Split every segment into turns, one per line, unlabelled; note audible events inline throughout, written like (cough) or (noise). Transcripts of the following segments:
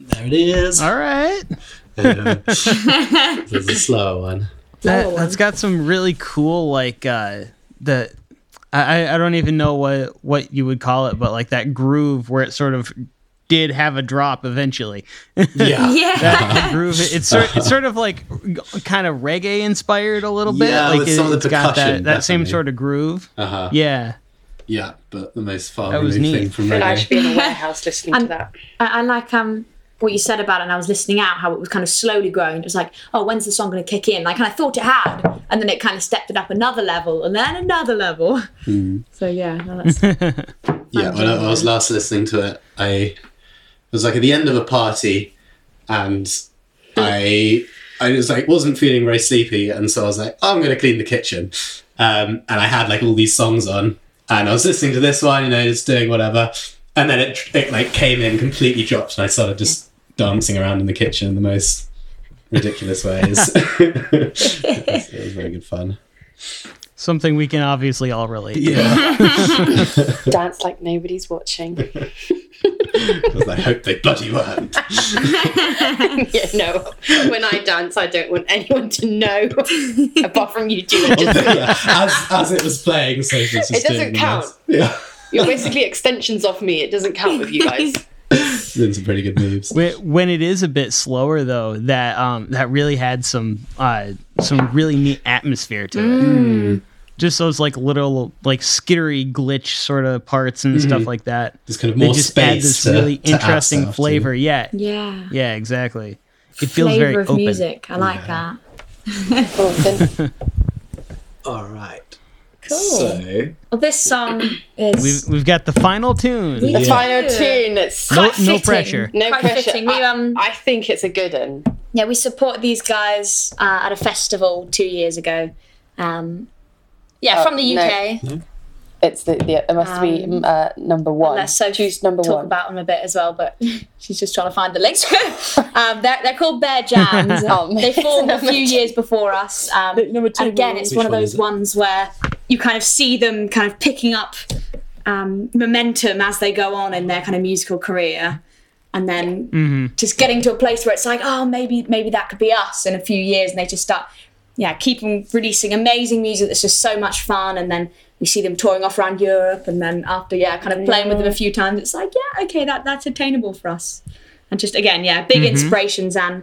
There it is.
All right.
(laughs) this is a slow one.
That, that's got some really cool, like, uh, the. I, I- I don't even know what, what you would call it, but like that groove where it sort of did have a drop eventually.
Yeah.
Yeah.
That groove, it- it's sort, it's sort of like kind of reggae inspired a little bit.
Yeah,
like
with some of the
it's got that,
percussion,
that same
definitely.
sort of groove.
Uh-huh.
Yeah.
Yeah, but the most far
That was
removed thing
neat.
from
But I
reggae.
should be in a warehouse listening to
And-
that.
I, I like um what you said about it, and I was listening out how it was kind of slowly growing. It was like, oh, when's the song going to kick in? Like, and I thought it had, and then it kind of stepped it up another level, and then another level.
Mm.
(laughs) So yeah,
(laughs)
no, that's
Yeah, when I, when I was last listening to it, I it was like at the end of a party, and I I was like wasn't feeling very sleepy, and so I was like, "Oh, I'm gonna clean the kitchen, um, and I had like all these songs on, and I was listening to this one, you know, just doing whatever, and then it it like came in completely dropped, and I started just dancing around in the kitchen in the most ridiculous ways. (laughs) it, was, it was very good fun.
Something we can obviously all relate. to.
Yeah.
(laughs)
(laughs)
Dance like nobody's watching.
Because I hope they bloody weren't.
yeah, no. When I dance, I don't want anyone to know, apart from you two. It just-
yeah, (laughs) as, as it was playing, so it was just
It doesn't
doing the
count.
moves. Yeah,
You're basically extensions of me. It doesn't count with you guys.
doing some pretty good moves.
Whe- when it is a bit slower though that um that really had some uh some really neat atmosphere to it
Mm.
just those like little like skittery glitch sort of parts and stuff like that
There's kind of
they
Mm-hmm. more
just
space
add this
to-
really
to add
interesting
stuff to.
flavor yeah
yeah.
yeah exactly it feels
Flavor
very
of
open
music. I like that.
Oh, then-
All right. Cool. So
Well, this song
we've
is
we've got the final tune
Yeah.
the
Yeah.
final tune. It's
no,
Quite
no
fitting.
pressure
no
quite
pressure.
fitting. We,
I,
um,
I think it's a good one.
yeah. We support these guys uh, at a festival two years ago. Um, yeah,
Oh,
from the
no.
UK.
It's the, the it must be
Um,
mm, uh, number one.
Let's so
choose number
talk
one.
about them a bit as well, but (laughs) she's just trying to find the links. (laughs) um, they're, they're called Bear Jams.
(laughs) Oh,
they formed a
number
few years before us. Um,
number two,
again, it's
Which
one of
one
those
is it?
ones where you kind of see them kind of picking up um, momentum as they go on in their kind of musical career. And then just getting to a place where it's like, oh, maybe maybe that could be us in a few years, and they just start, yeah, keep on releasing amazing music that's just so much fun, and then we see them touring off around Europe, and then after yeah, kind of playing with them a few times, it's like, yeah, okay, that that's attainable for us, and just again, yeah, big inspirations and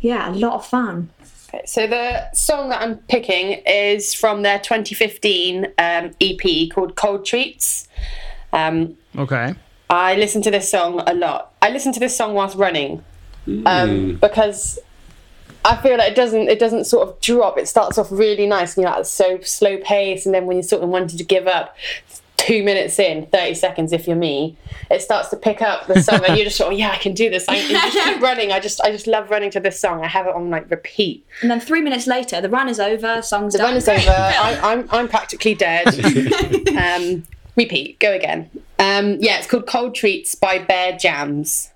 yeah, a lot of fun.
So the song that I'm picking is from their 2015 um, EP called Cold Treats. Um,
okay
I listen to this song a lot. I listen to this song whilst running um, because I feel like it doesn't it doesn't sort of drop. It starts off really nice and you're at a so slow pace, and then when you're sort of wanting to give up, two minutes in, thirty seconds if you're me, it starts to pick up the song, and you're just sort of yeah, I can do this. I you just keep running. I just I just love running to this song. I have it on like repeat.
And then three minutes later, the run is over, song's
The
done.
run is over. I, I'm I'm practically dead. um, repeat. Go again. Um, yeah, it's called Cold Treats by Bear Jams.